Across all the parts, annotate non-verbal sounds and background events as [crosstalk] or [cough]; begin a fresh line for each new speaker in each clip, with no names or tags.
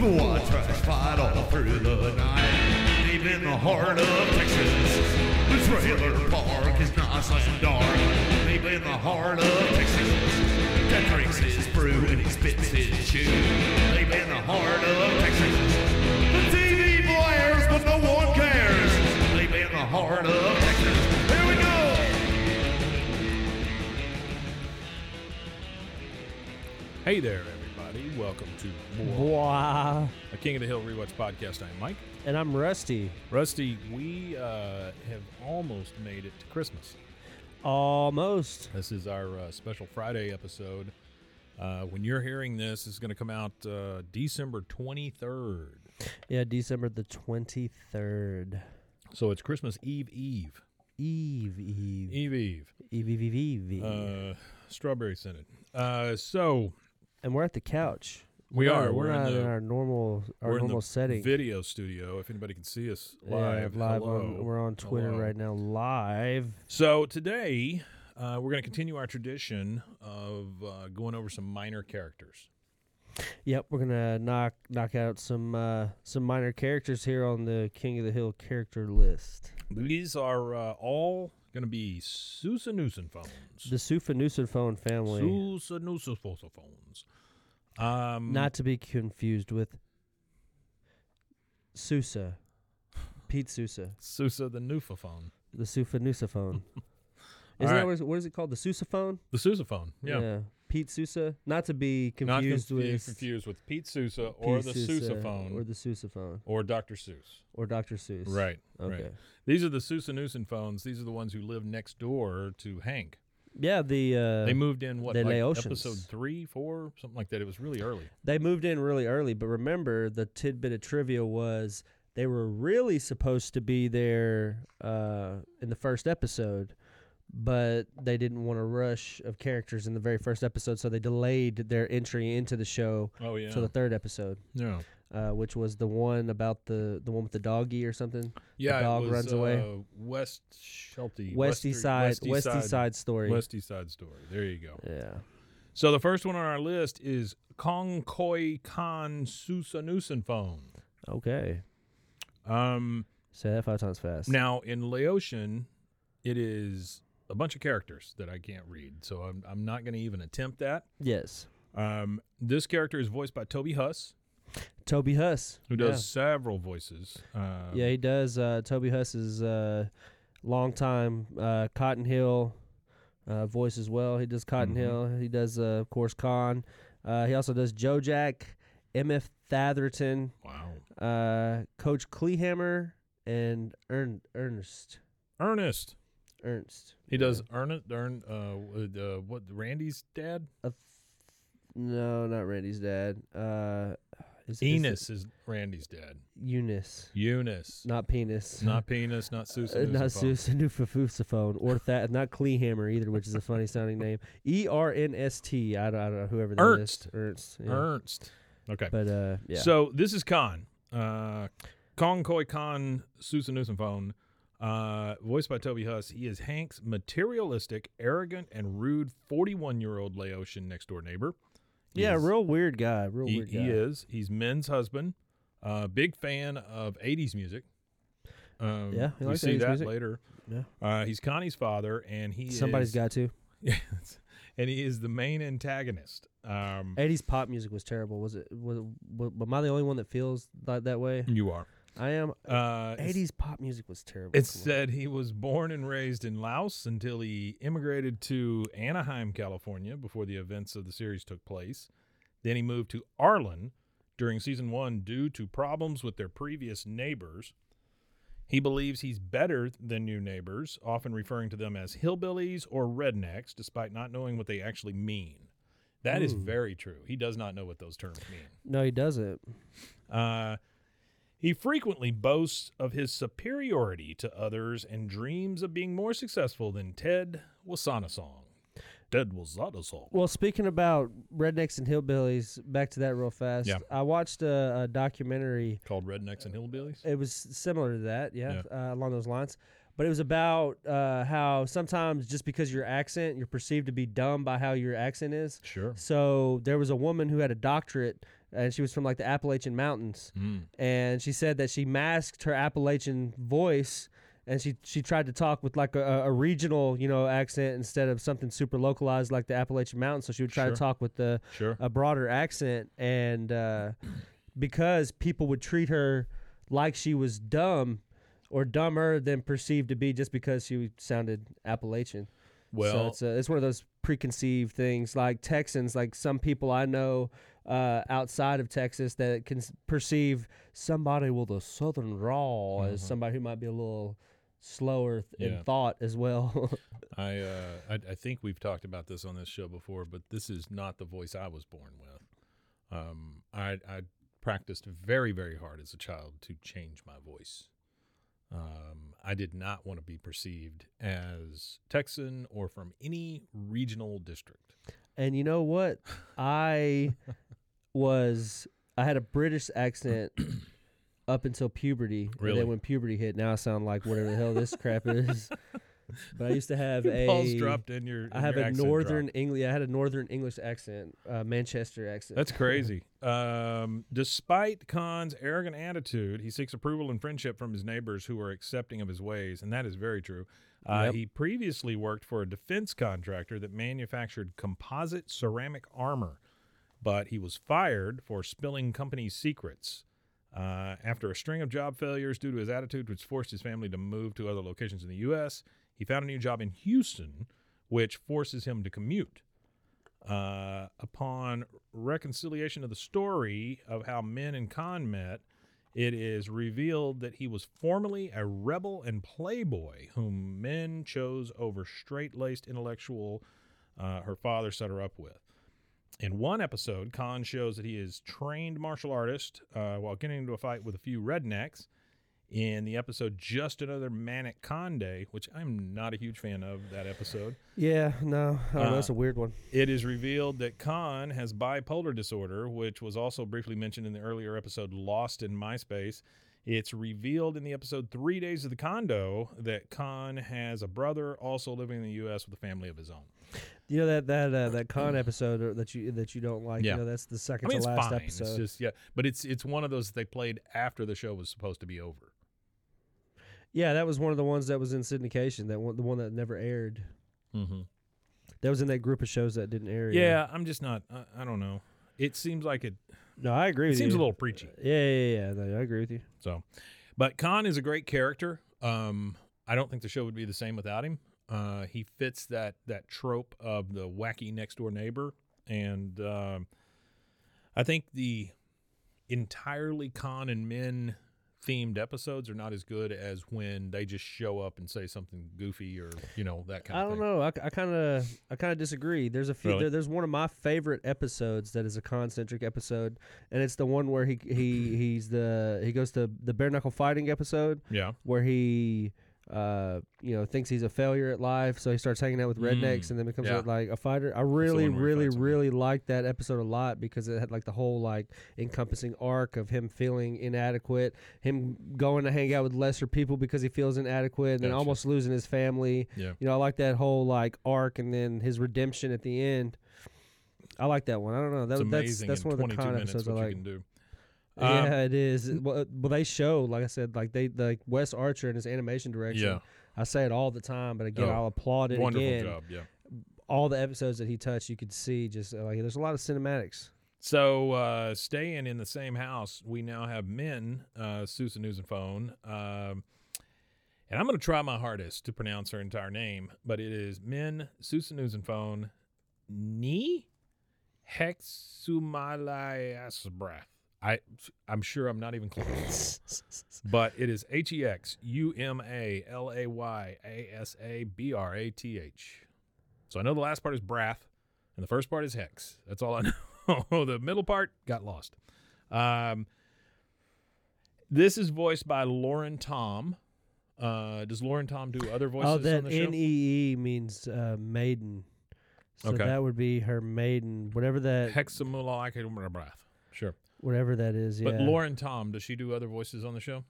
One trash fight all through the night. Deep in the heart of Texas. The trailer park is nice and dark. Deep in the heart of Texas. That drinks his brew and he spits his chew. Deep in the heart of Texas. The TV blares, but no one cares. Deep in the heart of Texas. Here we go!
Hey there, everybody. Welcome to more
Wow.
a King of the Hill Rewatch podcast. I'm Mike.
And I'm rusty.
Rusty, we uh, have almost made it to Christmas.
Almost.
This is our uh, special Friday episode. Uh, when you're hearing this, it's going to come out uh, December 23rd.
Yeah, December the 23rd.
So it's Christmas Eve, Eve.
Eve, Eve.
Eve, Eve.
Eve, Eve, Eve, Eve. Eve.
Uh, strawberry scented. Uh, so
and we're at the couch.
we
No,
are.
We're,
We're,
not
in
in,
the,
our normal our
we're in the
normal setting.
video studio. If anybody can see us
Yeah,
live,
live
Hello.
on, we're on Twitter
Hello.
right now, live.
So today, uh, we're going to continue our tradition of uh, going over some minor characters.
Yep, we're gonna knock knock out some uh, some minor characters here on the King of the Hill character list.
These are uh, all going to be Susanusen phones.
The Sufanusophone family,
Susanusen phones. Um,
not to be confused with Sousa, Pete Sousa.
Susa the Nufa phone.
The
[laughs]
Sufanusophone.
All
Isn't
right.
that what is, what is it called? The Sousaphone?
The Sousa phone. Yeah.
Pete Sousa. Not to be
Not
confused
confu-
with
confused with Pete Sousa or
Pete
the
Sousa
Sousa phone
Or
or,
the Sousaphone.
Dr. Seuss.
Or Dr. Seuss.
Right.
Okay.
Right. These are the Susanusen phones. These are the ones who live next door to Hank.
Yeah, the uh,
They moved in what
they
like
lay oceans.
episode three, four, something like that. It was really early.
they moved in really early, but remember the tidbit of trivia was they were really supposed to be there uh, in the first episode, but they didn't want a rush of characters in the very first episode, so they delayed their entry into the show
Oh yeah.
till the third episode.
yeah.
uh, which was the one about the the one with the doggy or something. the dog
it was,
runs away.
Uh, West Shelty.
Westy side,
Westy
Westy side story.
Westy side story. There you go.
Yeah,
So the first one on our list is Kong Koi Khan Susanusen phone.
okay.
Um,
Say that five times fast.
now in Laotian, it is a bunch of characters that I can't read, so I'm, I'm not going to even attempt that.
yes,
Um, this character is voiced by Toby Huss,
Toby Huss,
who does several voices. Uh,
Yeah, yeah he does. Uh, Toby Huss is uh, long time uh, Cotton Hill uh, voice as well. He does Cotton
Mhm.
Hill. He does, uh, of course, Con. Uh, he also does Joe Jack, MF Thatherton,
Wow.
uh, Coach Kleehammer, and Ern- Ernest.
Ernest.
Ernst.
He does Ernest. Ern, uh, uh, what? Randy's dad.
a th- no, not Randy's dad. Uh, is, is it
Enos is Randy's dad.
Eunice,
Eunice.
[laughs] not penis.
Not penis, not
Uh,
Susan.
not [laughs] Susanufafusaphone or that, not Kleehammer either, which is a funny sounding name. E R N S T. I don't, I don't know whoever that is.
Ernst.
Ernst. yeah.
Ernst. Okay.
But uh, yeah.
So this is Khan. Uh, Kong Koi Khan Susan phone. Uh, voiced by Toby Huss, he is Hank's materialistic, arrogant, and rude 41 year old Laotian next door neighbor. He
yeah,
is-
real weird guy. Real
He,
weird guy.
he is. He's Men's husband. Uh, big fan of 80s music. Um,
Yeah, he
we
likes
see
80s
that
music.
later.
Yeah.
Uh, he's Connie's father, and he
Somebody's
is,
got to.
[laughs] Yes. and he is the main antagonist. Um,
80s pop music was terrible. Was it? Was, was, am I the only one that feels like that way?
you are.
I am.
Uh, it's-
80s pop music was terrible.
It
Come on.
said he was born and raised in Laos until he immigrated to Anaheim, California, before the events of the series took place. Then he moved to Arlen during season one due to problems with their previous neighbors. He believes he's better than new neighbors, often referring to them as hillbillies or rednecks, despite not knowing what they actually mean. That is
Ooh.
very true. He does not know what those terms mean.
No, he doesn't.
Uh, he frequently boasts of his superiority to others and dreams of being more successful than Ted Wasanasong. Ted Wasanasong.
Well, speaking about rednecks and hillbillies, back to that real fast.
Yeah.
I watched a, a documentary.
Called Rednecks and Hillbillies.
It was similar to that, yeah, Uh, along those lines. But it was about uh, how sometimes just because your accent, you're perceived to be dumb by how your accent is.
Sure.
So there was a woman who had a doctorate, and she was from like the Appalachian Mountains,
Mm.
and she said that she masked her Appalachian voice, and she she tried to talk with like a, a regional you know accent instead of something super localized like the Appalachian Mountains. So she would try
Sure.
to talk with the
Sure.
a broader accent, and uh, because people would treat her like she was dumb. Or dumber than perceived to be just because she sounded Appalachian so
Well,
it's, a, it's one of those preconceived things. Like Texans, like some people I know uh, outside of Texas that can s- perceive somebody with a southern drawl as somebody who might be a little slower th-
Mm-hmm. Yeah.
in thought as well. [laughs]
I, uh, I I think we've talked about this on this show before, but this is not the voice I was born with. Um, I I practiced very very hard as a child to change my voice. Um, I did not want to be perceived as Texan or from any regional district.
and you know what? I was I had a British accent up until puberty. And
Really?
then when puberty hit, now I sound like whatever the hell this crap is. But I used to
[laughs]
have a
Paul's dropped in your.
I
and
have
your
a
accent
northern
dropped.
English. I had a northern English accent, uh, Manchester accent.
That's crazy. um, despite Khan's arrogant attitude, he seeks approval and friendship from his neighbors who are accepting of his ways, and that is very true. Uh,
Yep.
He previously worked for a defense contractor that manufactured composite ceramic armor, but he was fired for spilling company secrets. Uh, after a string of job failures due to his attitude, which forced his family to move to other locations in the U.S., he found a new job in Houston, which forces him to commute. Uh, upon reconciliation of the story of how Min and Khan met, it is revealed that he was formerly a rebel and playboy whom Min chose over straight laced intellectual uh, her father set her up with. In one episode, Khan shows that he is trained martial artist uh, while getting into a fight with a few rednecks. In the episode, just another manic Khan day, which I'm not a huge fan of that episode.
Yeah, no, I don't know, that's
Uh,
a weird one.
It is revealed that Khan has bipolar disorder, which was also briefly mentioned in the earlier episode Lost in MySpace. It's revealed in the episode Three Days of the Condo that Khan has a brother also living in the U.S. with a family of his own.
You know that that uh, that con episode or- that you that you don't like.
Yeah.
You know that's the second
I mean,
to
it's
last
fine.
episode.
It's just yeah, but it's it's one of those that they played after the show was supposed to be over.
yeah, that was one of the ones that was in syndication. That one, the one that never aired.
Mm-hmm.
That was in that group of shows that didn't air.
Yeah, I'm just not. I, I don't know. It seems like it.
no, I agree
It
with you.
seems a little preachy.
Yeah, yeah, yeah. no, I agree with you.
So, but Khan is a great character. Um, I don't think the show would be the same without him. Uh, he fits that that trope of the wacky next door neighbor, and um, I think the entirely Khan and Min themed episodes are not as good as when they just show up and say something goofy or you know that kind
I
of
don't
thing.
know. I kind of I kind of disagree. There's a few.
Really?
There, there's one of my favorite episodes that is a concentric episode, and it's the one where he he he's the he goes to the bare knuckle fighting episode
Yeah,
where he uh you know thinks he's a failure at life, so he starts hanging out with rednecks
Mm,
and then becomes
yeah.
like a fighter. I really
one where he
really
fights them.
really liked that episode a lot because it had like the whole like encompassing arc of him feeling inadequate, him going to hang out with lesser people because he feels inadequate, and then
Gotcha.
almost losing his family.
yeah.
You know, I like that whole like arc and then his redemption at the end. I like that one. I don't know. That,
It's
that's
amazing
that's
in
one of the
22
con
minutes
episodes I
what you
like.
can do. Um,
yeah, it is. Well, uh, well, they show, like I said, like they like Wes Archer and his animation direction.
Yeah.
I say it all the time, but again,
Oh,
I'll applaud it
Wonderful
again.
job. Yeah.
All the episodes that he touched, you could see just uh, like there's a lot of cinematics.
So uh, staying in the same house, we now have men, uh, Susan News and Phone. Um, and I'm going to try my hardest to pronounce her entire name, but it is Min Susan News and Phone Ni Hexumaliasbrath. I I'm sure I'm not
[laughs]
even close. but it is H E X U M A L A Y A S A B R A T H. So I know the last part is Brath, and the first part is Hex. That's all I [laughs] know. the middle part got lost. Um, this is voiced by Lauren Tom. Uh, does Lauren Tom do other voices
oh, that
on the show?
N E E means uh, maiden. So
Okay.
that would be her maiden, whatever that,
Hexamulalaikabrath. Sure.
whatever that is.
But
yeah.
Lauren Tom, does she do other voices on the show?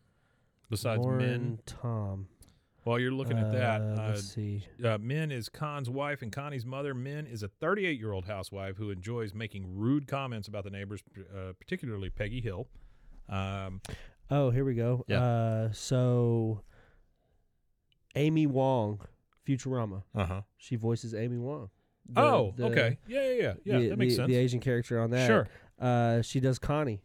Besides
Lauren
Min?
Tom.
While you're looking at that,
Uh,
uh,
let's see.
uh, Min is Con's wife and Connie's mother. Min is a 38 year old housewife who enjoys making rude comments about the neighbors, uh, particularly Peggy Hill. Um,
Oh, here we go.
Yeah.
Uh, so Amy Wong, Futurama.
uh huh.
She voices Amy Wong. The-
Oh,
Uh-huh. the-
okay. Yeah, yeah, yeah. Yeah,
the,
that makes
the-
sense.
The Asian character on that.
Sure.
Uh, she does Connie.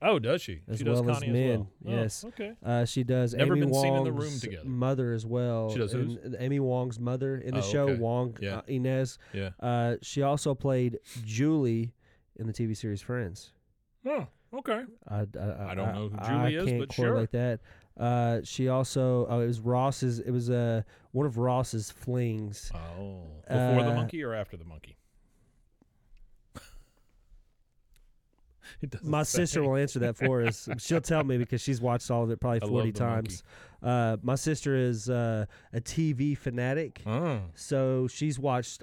oh, does she?
as
she does
well as
Connie
Min,
as well. Oh,
yes.
okay.
Uh, she does
Never
Amy
been
Wong's
seen in the room together.
mother as well.
She does whose?
and Amy Wong's mother in the
Oh,
show
okay.
Wong
Yeah.
uh, Inez.
Yeah.
Uh, she also played Julie in the TV series Friends.
Oh, okay.
I, I,
I don't know who Julie
I
is,
can't
but sure.
correlate that. Uh, she also oh, it was Ross's. It was uh, one of Ross's flings.
Oh. Before the
Uh,
monkey or after the monkey? [laughs] it doesn't
My
say.
sister will answer that for
[laughs]
us. She'll tell me because she's watched all of it probably
I love
forty
the monkey.
times. Uh, my sister is uh, a TV fanatic,
Oh.
so she's watched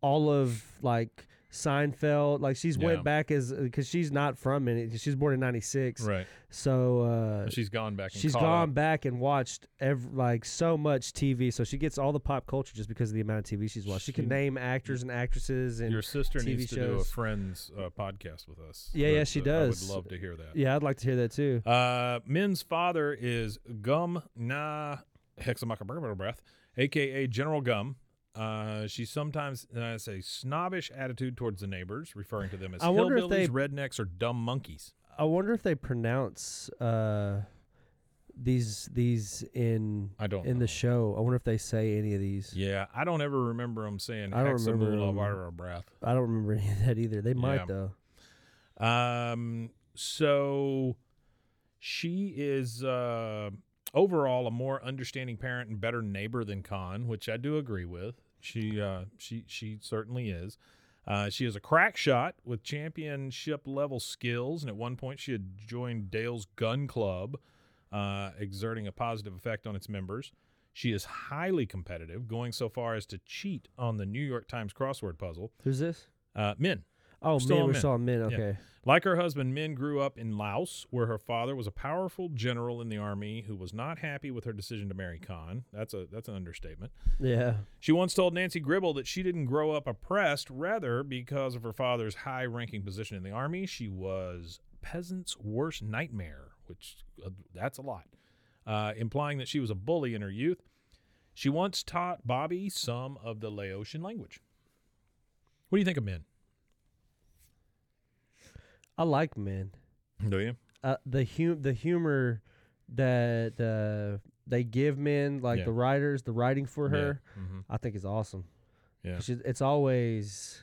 all of like Seinfeld. Like she's
Yeah.
went back as because she's not from it. She's born in '96,
Right.
so uh,
She's gone back. And
She's
caught
gone
up.
back and watched ev like so much TV, so she gets all the pop culture just because of the amount of TV she's watched. She,
She-
can name actors and actresses, and
Your sister
TV
needs to do a
shows.
friends uh, podcast with us.
Yeah, yeah, she
uh,
does.
I would love to hear that.
yeah, I'd like to hear that too.
Uh, Min's father is Gum Na Hexamacabreath, aka General Gum. Uh, she sometimes has a snobbish attitude towards the neighbors, referring to them as
I wonder if
hillbillies,
they-
rednecks, or dumb monkeys.
I wonder if they pronounce uh, these these in
I don't
in
know.
the show. I wonder if they say any of these.
Yeah, I don't ever remember them saying
I don't remember 'em.
Hexamacabreath.
I don't remember [laughs] any of that either. They might
Yeah.
though.
Um, so she is uh, overall a more understanding parent and better neighbor than Khan, which I do agree with. She uh, she she certainly is. Uh, she is a crack shot with championship level skills, and at one point she had joined Dale's gun club, uh, exerting a positive effect on its members. She is highly competitive, going so far as to cheat on the New York Times crossword puzzle.
Who's this?
Uh, men,
Oh,
Still
men.
on
We
men.
saw men.
Yeah.
Okay.
like her husband, Min grew up in Laos, where her father was a powerful general in the army who was not happy with her decision to marry Khan. That's a that's an understatement.
Yeah.
She once told Nancy Gribble that she didn't grow up oppressed, rather because of her father's high-ranking position in the army, she was peasant's worst nightmare, which uh, that's a lot, uh, implying that she was a bully in her youth. She once taught Bobby some of the Laotian language. What do you think of Min?
I like men.
Do you?
uh, the hum- the humor that uh, they give men, like
Yeah.
the writers, the writing for
Yeah.
her,
Mhm.
I think is awesome.
Yeah.
She's- it's always.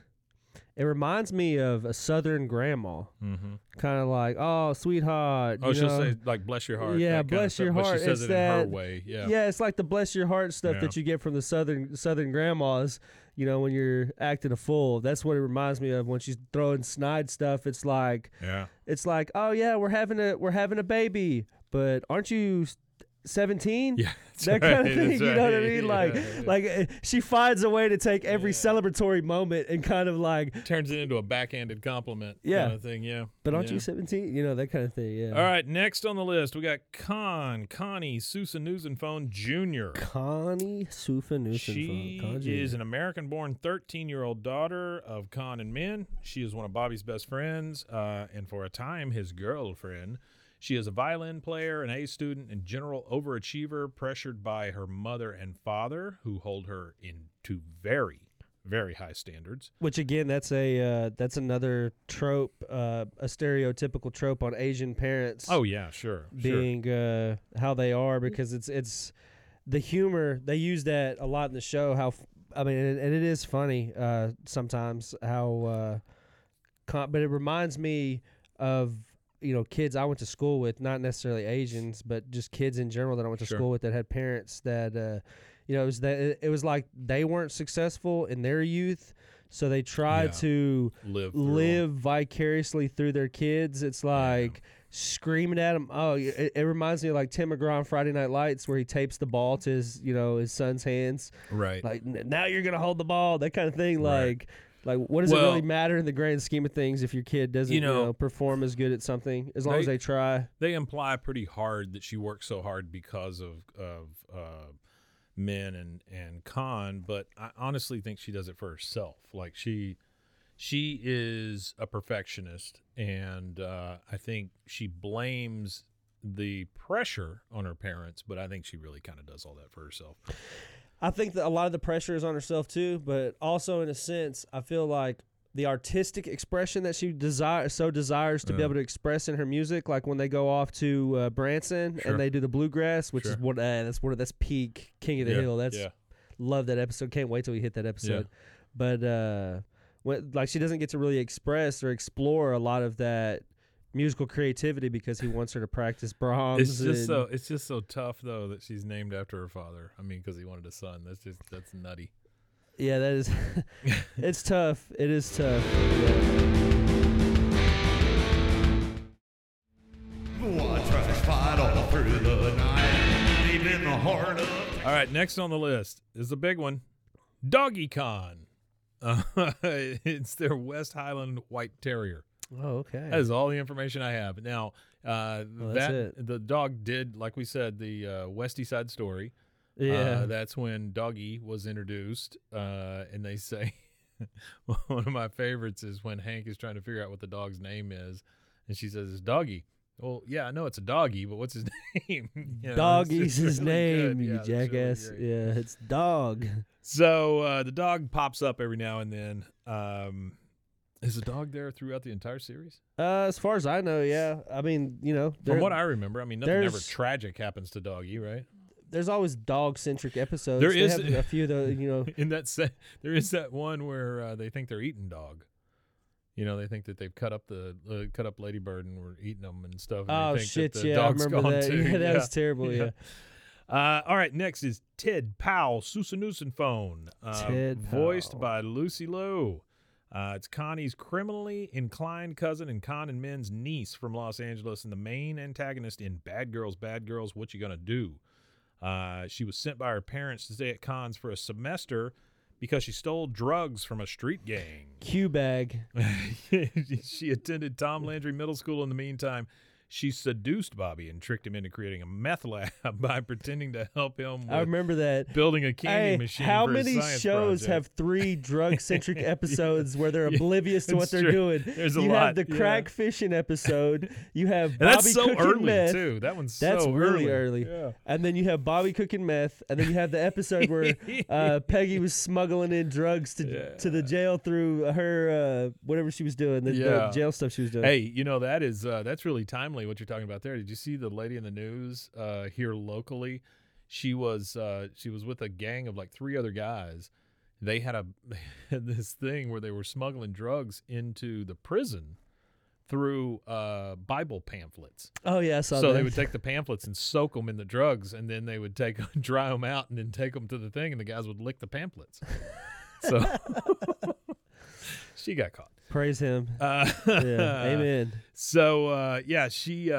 It reminds me of a Southern grandma,
Mm-hmm.
kind of like, "Oh, sweetheart."
Oh,
you
she'll
know?
say like "bless your heart."
Yeah,
that kinda
bless
stuff,
your
but
heart,
She says
it's
it in her
that-
way. Yeah.
yeah. it's like the bless your heart stuff
Yeah.
that you get from the southern southern grandmas. You know, when you're acting a fool, that's what it reminds me of. When she's throwing snide stuff, it's like,
[laughs] Yeah.
it's like, oh yeah, we're having a we're having a baby, but aren't you seventeen.
Yeah, that's
[laughs] that kind
right,
of thing.
that's
You know what I
right,
mean? Like,
[laughs] yeah, yeah.
like uh, she finds a way to take every celebratory moment and kind of like,
turns it into a backhanded compliment.
Yeah.
kind of thing. Yeah,
but aren't
Yeah.
you seventeen? You know that kind of thing. Yeah.
All right, next on the list, we got Con, Connie, Susan Newsenphone Jr.
Connie Sufa
She is an American born 13 year old daughter of Khan and Min. She is one of Bobby's best friends, uh, and for a time, his girlfriend. She is a violin player, an A student, and general overachiever, pressured by her mother and father, who hold her in to very, very high standards.
Which again, that's a uh, that's another trope, uh, a stereotypical trope on Asian parents.
Oh, yeah, sure. sure.
being uh, how they are because it's it's the humor they use that a lot in the show. How f- I mean, and, and it is funny uh, sometimes how, uh, con- but it reminds me of you know kids I went to school with, not necessarily Asians, but just kids in general that I went to
Sure.
school with that had parents that uh, you know it was that it, it was like they weren't successful in their youth. So they try
Yeah.
to
Live. through
live vicariously through their kids. It's like screaming at them. Oh, it, it reminds me of like Tim McGraw on Friday Night Lights, where he tapes the ball to his, you know, his son's hands.
all- Right.
Like "N- now you're gonna hold the ball, that kind of thing.
Right.
Like, like what does it
Well-
really matter in the grand scheme of things if your kid doesn't,
You
you
know,
know, perform as good at something as long as
they-
they try.
they imply pretty hard that she works so hard because of of uh, men and and Khan, but I honestly think she does it for herself. Like she she is a perfectionist, and uh, I think she blames the pressure on her parents, but I think she really kind of does all that for herself.
I think that a lot of the pressure is on herself too, but also in a sense, I feel like the artistic expression that she desire so desires to be
Yeah.
able to express in her music, like when they go off to uh, Branson
Sure.
and they do the bluegrass, which is
Sure.
one uh, that's one of that's peak King of the
Yeah,
Hill. That's
yeah.
love that episode. Can't wait till we hit that episode. But uh, when, like she doesn't get to really express or explore a lot of that musical creativity because he wants her to practice Brahms.
It's just
and-
so it's just so tough though that she's named after her father. I mean, because he wanted a son. That's just that's nutty.
Yeah, that
[laughs]
is. [laughs] it's tough. It is tough.
Oh, I tried to fight all through the night, deep in the heart of
All right, next on the list is a big one, Doggy Con. Uh, [laughs] it's their West Highland White Terrier.
Oh, okay.
That is all the information I have. Now, uh,
Well, that's
that
it.
the dog did, like we said, the uh, Westy Side Story.
Yeah.
Uh, that's when Doggy was introduced, uh, and they say [laughs] one of my favorites is when Hank is trying to figure out what the dog's name is, and she says it's Doggy. Well, yeah, I know it's a doggy, but what's his [laughs] name? You know, it's
Doggy's
just
his
really good.
name,
Yeah,
you
it's really
jackass.
great.
yeah, it's dog.
So uh, the dog pops up every now and then. Um, is the dog there throughout the entire series?
Uh, as far as I know, yeah. I mean, you know,
From
there-
what I remember, I mean, nothing ever
there's-
tragic happens to Doggy, right? [laughs]
there's always dog centric episodes.
There
They
is-
have a few of
[laughs]
the, you know.
In that se- there is that one where uh, they think they're eating dog. You know, they think that they've cut up the uh, cut up ladybird and we're eating them and stuff. And they
Oh
think that
shit!
the
Yeah, I
dog's
remember
gone
that. [laughs]
too.
Yeah, that was terrible. Yeah.
Uh, all right, next is Ted Powell, Susanusen phone, uh,
Ted
voiced
Powell.
by Lucy Liu. Uh, it's Connie's criminally inclined cousin and Con and Men's niece from Los Angeles, and the main antagonist in Bad Girls, Bad Girls, What You Gonna Do? Uh, she was sent by her parents to stay at Con's for a semester because she stole drugs from a street gang.
Q bag.
[laughs] she attended Tom Landry Middle School in the meantime. She seduced Bobby and tricked him into creating a meth lab [laughs] by pretending to help him
I
with
remember that.
building a candy
Hey,
machine.
how
for his
many
science
shows
project.
have
[laughs]
three drug centric episodes where they're
Yeah,
oblivious to
it's
what they're
true.
doing?
There's a
you
lot,
have the
yeah.
crack fishing episode. You have Bobby
And that's so
cooking
early
meth.
too. That one's
That's
so
really
early.
early. And then you have Bobby cooking meth, and then you have the episode
[laughs]
where uh, Peggy was smuggling in drugs to to the jail through her uh, whatever she was doing, the,
Yeah.
the jail stuff she was doing.
Hey, you know that is uh, that's really timely what you're talking about there. Did you see the lady in the news uh, here locally? She was uh, she was with a gang of like three other guys. They had a [laughs] had this thing where they were smuggling drugs into the prison through uh, Bible pamphlets.
Oh yeah, I saw
so
that.
they would take the pamphlets and soak them in the drugs, and then they would take [laughs] dry them out and then take them
[laughs]
to the thing, and the guys would lick the pamphlets. so [laughs] she got caught.
Praise
[laughs]
him.
Uh,
Yeah. Amen.
So uh, yeah, she uh,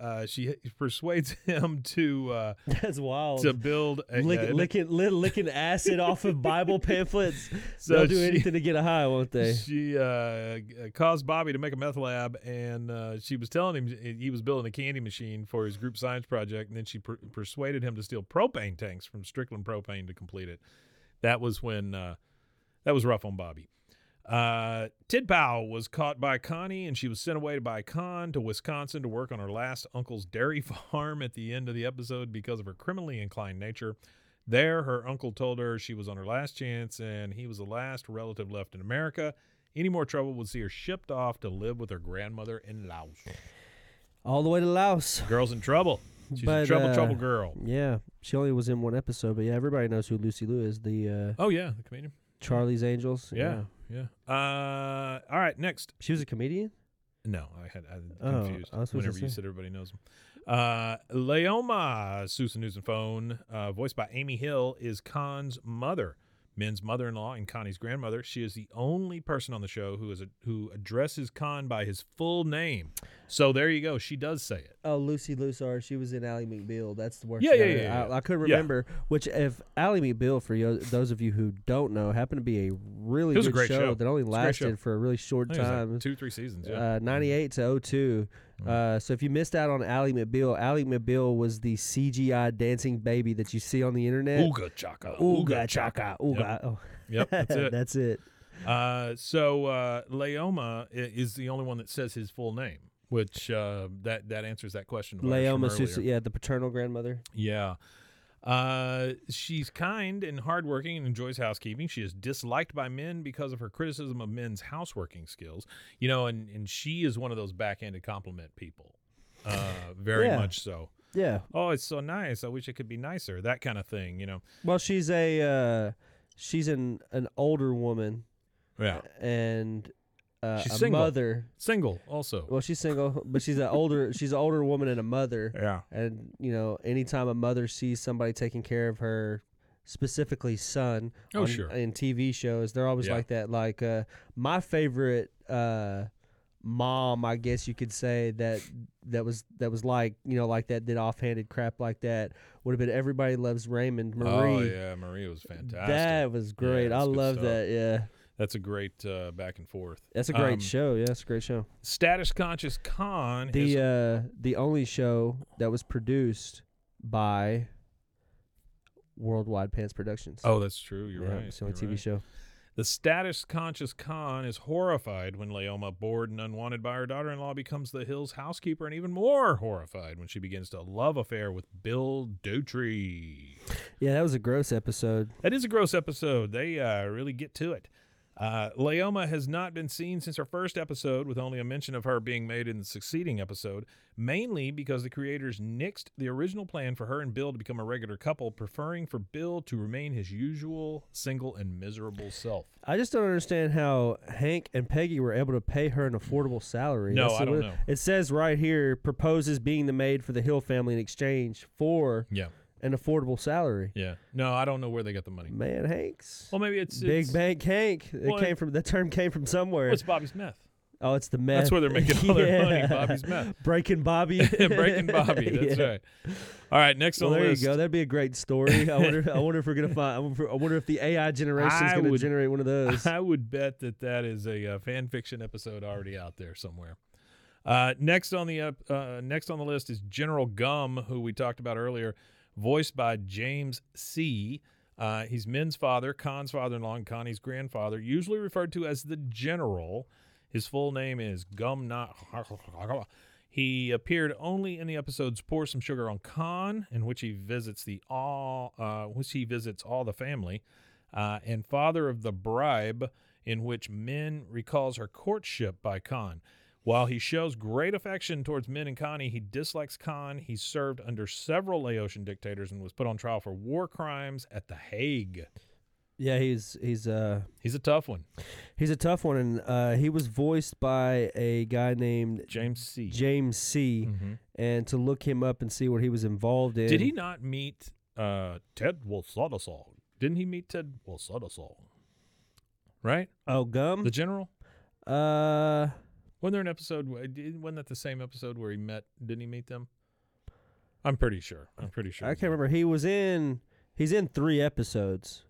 uh, she persuades [laughs] him to uh,
That's wild.
to build a,
Lick,
yeah,
licking, li- licking acid off of Bible pamphlets.
[laughs] So
They'll do
she-
anything to get a high, won't they?
She uh, g- caused Bobby to make a meth lab, and uh, she was telling him he- he was building a candy machine for his group science project, and then she per- persuaded him to steal propane tanks from Strickland Propane to complete it. That was when uh, that was rough on Bobby. Uh, Tid Powell was caught by Connie, and she was sent away by Con to Wisconsin to work on her last uncle's dairy [laughs] farm at the end of the episode because of her criminally inclined nature. There, her uncle told her she was on her last chance and he was the last relative left in America. Any more trouble would see her shipped off to live with her grandmother in Laos.
All the way to Laos.
Girl's in trouble. She's in
But,
trouble,
uh,
trouble girl.
Yeah, she only was in one episode, but yeah, everybody knows who Lucy Liu is. The uh,
Oh, yeah, the comedian.
Charlie's Angels.
Yeah, yeah. Uh, all right, next.
she was a comedian.
No, I had I
Oh,
was confused.
I was supposed to
Whenever you
say.
said everybody knows him. Uh, Leoma Susan News and Phone, uh, voiced by Amy Hill, is Khan's mother, Min's mother-in-law, and Connie's grandmother. She is the only person on the show who is a, who addresses Khan by his full name. So there you go. She does say it.
Oh, Lucy Liu. Sorry, she was in Ally McBeal. That's the worst.
Yeah,
thing
yeah,
I,
yeah,
I,
yeah.
I couldn't
Yeah.
remember. Which, if Ally McBeal, for yo- those of you who don't know, happened to be a really
It was a
good
great show.
that only
It's a great show.
lasted for a really
I
short
think it was like
time.
two, three seasons. Yeah. Mm-hmm.
uh, 98 to 02. Uh, so if you missed out on Ally McBeal, Ally McBeal was the CGI dancing baby that you see on the internet.
Ooga chaka.
Ooga chaka, ooga. Oh,
Yep,
[laughs]
that's it.
that's it.
Uh, so uh, Leoma i- is the only one that says his full name, which uh, that that answers that question. of ours from
Leoma
earlier.
Susa, yeah, the paternal grandmother.
Yeah. Uh, she's kind and hardworking and enjoys housekeeping. She is disliked by men because of her criticism of men's houseworking skills. You know, and and she is one of those backhanded compliment people. Uh, very
Yeah.
much so.
Yeah.
Oh, it's so nice. I wish it could be nicer. That kind of thing. You know.
Well, she's a uh, she's an an older woman
Yeah.
and uh,
She's
a
single.
mother.
Single also.
Well, she's single, but she's an older [laughs] she's an older woman and a mother.
Yeah.
And you know, anytime a mother sees somebody taking care of her, specifically son,
Oh,
on-
sure.
in TV shows, they're always
Yeah.
like that. Like uh, my favorite uh, mom, I guess you could say that that was that was like you know like that did offhanded crap like that would have been everybody loves Raymond Marie.
Oh yeah, Marie was fantastic.
That was great. I
that's good
love
stuff.
that. Yeah,
That's a great uh, back and forth.
that's a great
Um,
show. Yeah, that's a great show.
Status conscious con. is,
The uh, the only show that was produced by Worldwide Pants Productions.
oh, that's true. You're
yeah,
right.
It's the only
you're
TV
right.
show.
The status conscious Khan is horrified when Laoma, bored and unwanted by her daughter in law, becomes the Hills housekeeper, and even more horrified when she begins to love affair with Bill Dutry.
Yeah, that was a gross episode.
That is a gross episode. They uh, really get to it. Uh, Laoma has not been seen since her first episode, with only a mention of her being made in the succeeding episode, mainly because the creators nixed the original plan for her and Bill to become a regular couple, preferring for Bill to remain his usual single and miserable self.
I just don't understand how Hank and Peggy were able to pay her an affordable salary.
No, I
the-
don't know.
It says right here proposes being the maid for the Hill family in exchange for
Yeah.
an affordable salary.
Yeah. No, I don't know where they got the money.
Man, Hanks.
Well, maybe it's
Big
it's,
Bank Hank. It
Well,
came from that term came from somewhere.
well, it's Bobby's meth.
oh, it's the meth.
That's where they're making all their money.
[laughs] Yeah.
Bobby's meth.
Breaking
[laughs]
Bobby.
[laughs] Breaking Bobby. That's
Yeah.
right. All right. Next
Well,
on the
there
list. [laughs]
you go. That'd be a great story. I wonder. I wonder if we're gonna find. I wonder- I wonder if the AI generation is
I
gonna
would-
generate one of those.
[laughs] I would bet that that is a uh, fan fiction episode already out there somewhere. Uh, next on the up, uh, next on the list is General Gum, who we talked about earlier, voiced by James C. Uh, he's Min's father, Khan's father-in-law, and Connie's grandfather, usually referred to as the General. His full name is Gum Not. He appeared only in the episodes "Pour Some Sugar on Khan," in which he visits the all, uh, which he visits all the family uh, and Father of the Bribe, in which Min recalls her courtship by Khan. While he shows great affection towards Min and Connie, he dislikes Khan. He served under several Laotian dictators and was put on trial for war crimes at The Hague.
yeah, he's he's uh
He's a tough one.
he's a tough one, and uh, he was voiced by a guy named
James C.
James C.
Mhm.
And to look him up and see what he was involved in.
Did he not meet uh, Ted Wilsadasol? Didn't he meet Ted Wilsadasol? Right?
Oh, gum.
The general?
Uh,
Wasn't there an episode? wh- did- Wasn't that the same episode where he met? Didn't he meet them? I'm pretty sure. I'm pretty sure.
I can't remember. He was in. He's in three episodes.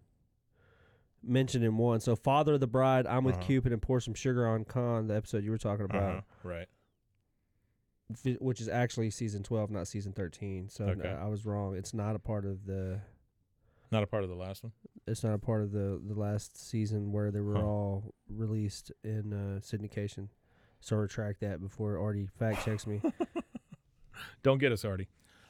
Mentioned in one. So, Father of the Bride, I'm with
Uh-huh.
Cupid, and Pour Some Sugar on Khan. The episode you were talking about,
uh Right.
fi- which is actually season twelve, not season thirteen. So n-
Okay.
I was wrong. It's not a part of the.
Not a part of the last one.
It's not a part of the the last season where they were
Huh.
all released in uh, syndication. So retract that before Artie fact checks
[laughs]
me.
Don't get us, Artie.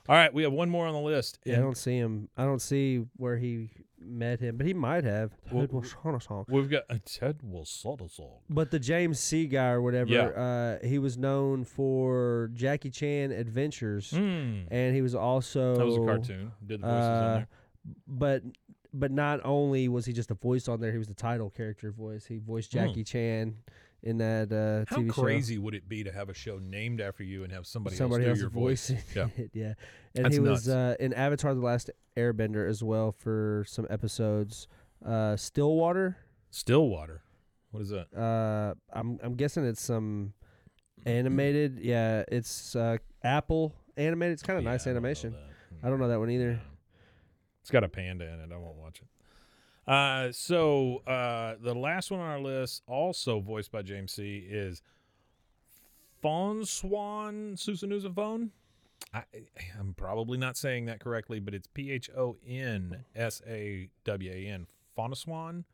All right, we have one more on the list.
Yeah, I
and
don't see him. I don't see where he met him, but he might have.
Well,
Who'd
w-
wash on us all?
We've got a Ted will salt us all.
But the James C guy or whatever, uh, he was known for Jackie Chan adventures,
Mm.
and he was also
That was a cartoon. Did the
Hmm. Oh,
voices on
uh,
there?
But but not only was he just a voice on there, he was the title character voice. He voiced
Hmm.
Jackie Chan in that uh,
How
TV show.
crazy would it be to have a show named after you and have somebody,
somebody
else
else
do your voice?
voicing
[laughs]
[laughs]
Yeah.
it. Yeah, and
That's
he was
nuts.
uh, in Avatar: The Last Airbender as well for some episodes. Uh, Stillwater.
Stillwater. What is that?
Uh, I'm I'm guessing it's some animated. Yeah, it's uh, Apple animated. It's kind of
Yeah, I
nice
don't know
animation.
that.
I don't know that one either.
It's got a panda in it. I won't watch it. Uh, so uh, the last one on our list, also voiced by James C, is Fonswan Susanoozaphone. I, I'm probably not saying that correctly, but it's P H O N S A W A N. Fonswan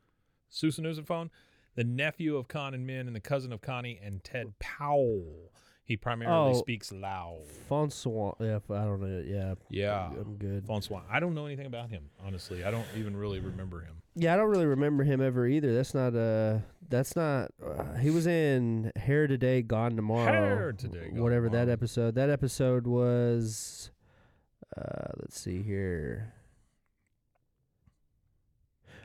Susanoozaphone, the nephew of Con and Min and the cousin of Connie and Ted Powell. He primarily
Oh.
speaks Lao.
Fonsuan. Yeah, f- I don't know. Yeah,
Yeah.
I'm good.
Fonsois. I don't know anything about him, honestly. I don't even really remember him.
Yeah, I don't really remember him ever either. That's not uh that's not uh, he was in Hair Today Gone Tomorrow.
Hair Today, Gone
whatever that
Tomorrow.
episode. That episode was uh let's see here.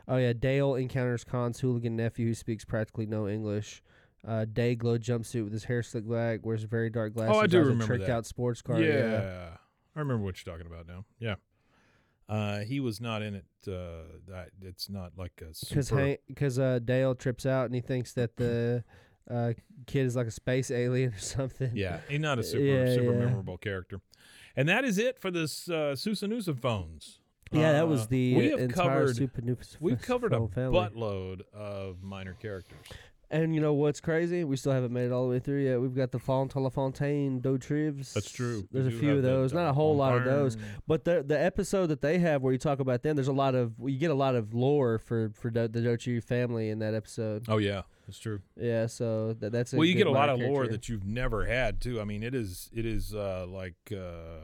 Oh yeah, Dale encounters Khan's hooligan nephew who speaks practically no English. Uh, day glow jumpsuit with his hair slicked back, wears very dark glasses.
Oh, I do
drives a
remember
tricked
that.
out sports car.
I remember what you're talking about now. Yeah. Uh, he was not in it. Uh, that it's not like a
because
super-
because uh, Dale trips out and he thinks that the uh, kid is like a space alien or something.
yeah, he's not a super
Yeah,
super
yeah.
memorable character. And that is it for this uh, Susanusa phones.
yeah.
Uh,
That was the
we
uh,
have
entire
covered.
super new
We've covered a
family.
buttload of minor characters.
And you know what's crazy? We still haven't made it all the way through yet. We've got the Fawn Fontaine Dotrives.
That's true. We
There's a
do
few
have
of
that,
those.
uh,
Not a whole lot of those.
Fontaine.
But the the episode that they have where you talk about them, there's a lot of you get a lot of lore for for Do- the Dotrieve family in that episode.
Oh yeah, that's true.
Yeah, so that, that's a
well you
good
get a lot
minor
of lore
character.
that you've never had too i mean it is it is uh like uh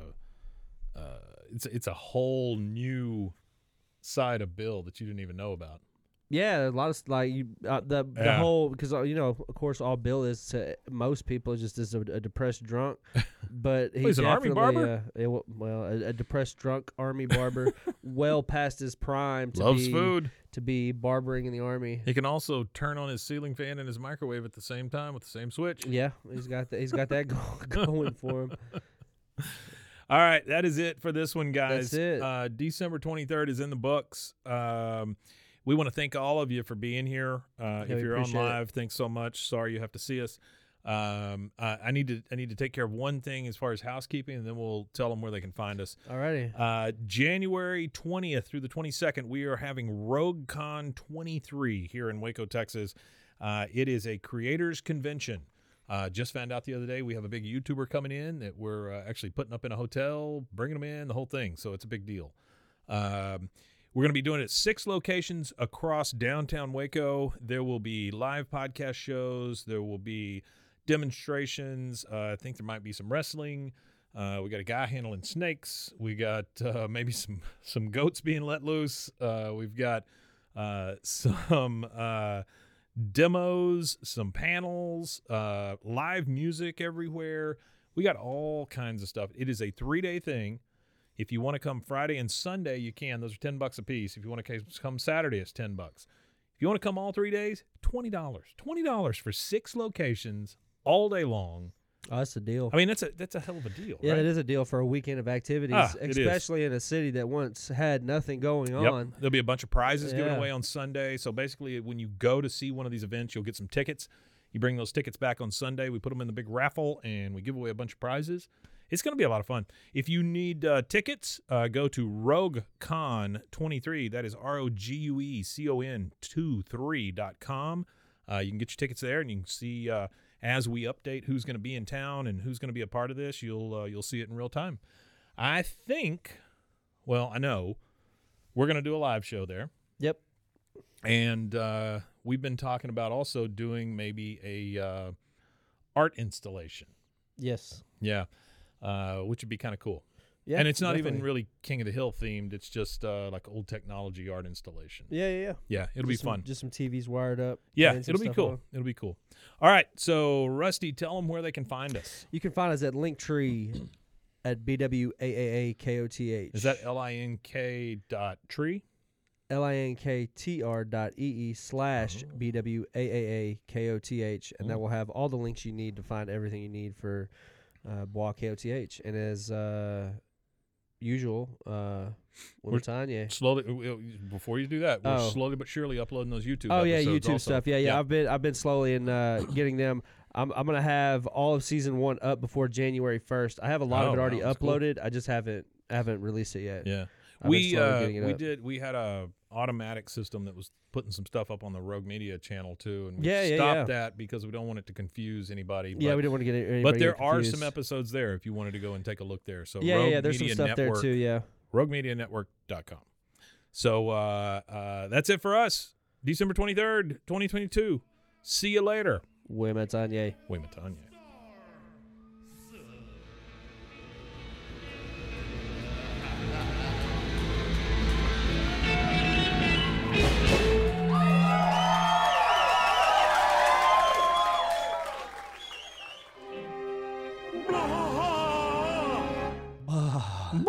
uh it's it's a whole new side of bill that you didn't even know about
Yeah, a lot of s- like you, uh, the the
Yeah.
whole because you know of course all Bill is to most people is just is a, a depressed
[laughs]
drunk, but he
he's an army
definitely,
barber?
uh, it wa- well, a, a depressed drunk army
[laughs]
barber, well past his prime to
loves
be,
food
to be barbering in the army.
he can also turn on his ceiling fan and his microwave at the same time with the same switch
Yeah, he's got that. He's got that go, [laughs] going for him.
all right that is it for this one guys
That's it.
uh december 23rd is in the books um we want to thank all of you for being here.
Yeah,
Uh, if
we
you're on
appreciate it.
live, thanks so much. Sorry you have to see us. Um, I, I need to I need to take care of one thing as far as housekeeping, and then we'll tell them where they can find us.
Alrighty,
Uh, January 20th through the 22nd, we are having RogueCon 23 here in Waco, Texas. Uh, it is a creators convention. Uh, just found out the other day we have a big YouTuber coming in that we're uh, actually putting up in a hotel, bringing them in, the whole thing. So it's a big deal. Um, we're going to be doing it at six locations across downtown Waco. There will be live podcast shows. There will be demonstrations. Uh, I think there might be some wrestling. Uh, we got a guy handling snakes. We got uh, [laughs] maybe some some goats being let loose. Uh, we've got uh, [laughs] some uh, demos, some panels, uh, live music everywhere. We got all kinds of stuff. It is a three day thing. If you want to come Friday and Sunday, you can. Those are ten bucks a piece. If you want to come Saturday, it's ten bucks. If you want to come all three days, twenty dollars. Twenty dollars for six locations all day long.
oh, that's a deal.
I mean, that's a that's a hell of a deal.
yeah,
right?
it is a deal for a weekend of activities,
Ah, it is.
especially in a city that once had nothing going on.
There'll be a bunch of prizes given
Yeah.
away on Sunday. So basically, when you go to see one of these events, you'll get some tickets. You bring those tickets back on Sunday. We put them in the big raffle and we give away a bunch of prizes. It's going to be a lot of fun. If you need uh, tickets, uh, go to RogueCon23. That is R O G U E C O N 23.com. Uh, you can get your tickets there and you can see uh, as we update who's going to be in town and who's going to be a part of this. You'll uh, you'll see it in real time. I think, well, I know we're going to do a live show there.
Yep.
And uh, we've been talking about also doing maybe a uh, art installation.
Yes.
Yeah. Uh, which would be kind of cool.
Yeah.
and it's not even
definitely.
really King of the Hill themed. It's just uh, like old technology art installation.
Yeah, yeah, yeah.
Yeah, it'll
Just
be
some-
fun.
Just some TVs wired up.
yeah,
and some
it'll be
stuff
cool.
on.
It'll be cool. All right. So, Rusty, tell them where they can find us.
You can find us at
[clears throat]
Linktree at B-W-A-A-A-K-O-T-H.
Is that L I N K dot tree?
L-I-N-K-T-R dot E-E
Oh.
slash B-W-A-A-A-K-O-T-H. And that will have all the links you need to find everything you need for uh, Bois K-O-T-H. And as uh, usual, uh,
We're-
we're Tanya.
Slowly, w- w- before you do that, we're
Oh.
slowly but surely uploading those YouTube.
Oh yeah,
episodes
YouTube
also.
stuff. Yeah, yeah, I've been I've been slowly in uh, getting them. I'm I'm gonna have all of season one up before January first. I have a lot
Oh,
of it already
wow, that's cool.
uploaded. I just haven't I haven't released it yet.
Yeah.
been
we
slowly
uh,
getting it
we
up.
did we had a automatic system that was putting some stuff up on the Rogue Media channel too, and we
Yeah, yeah,
stopped
yeah.
that because we don't want it to confuse anybody.
Yeah,
but,
we didn't want to get anybody.
but there
get
are some
confused.
episodes there if you wanted to go and take a look there. So
Yeah, yeah,
Rogue
yeah, there's some
Media
stuff
Network,
there too. Yeah.
RogueMediaNetwork.com. So uh, uh, that's it for us. December twenty third, twenty twenty two. See you later.
Women, Tanya.
Wait, Matanya.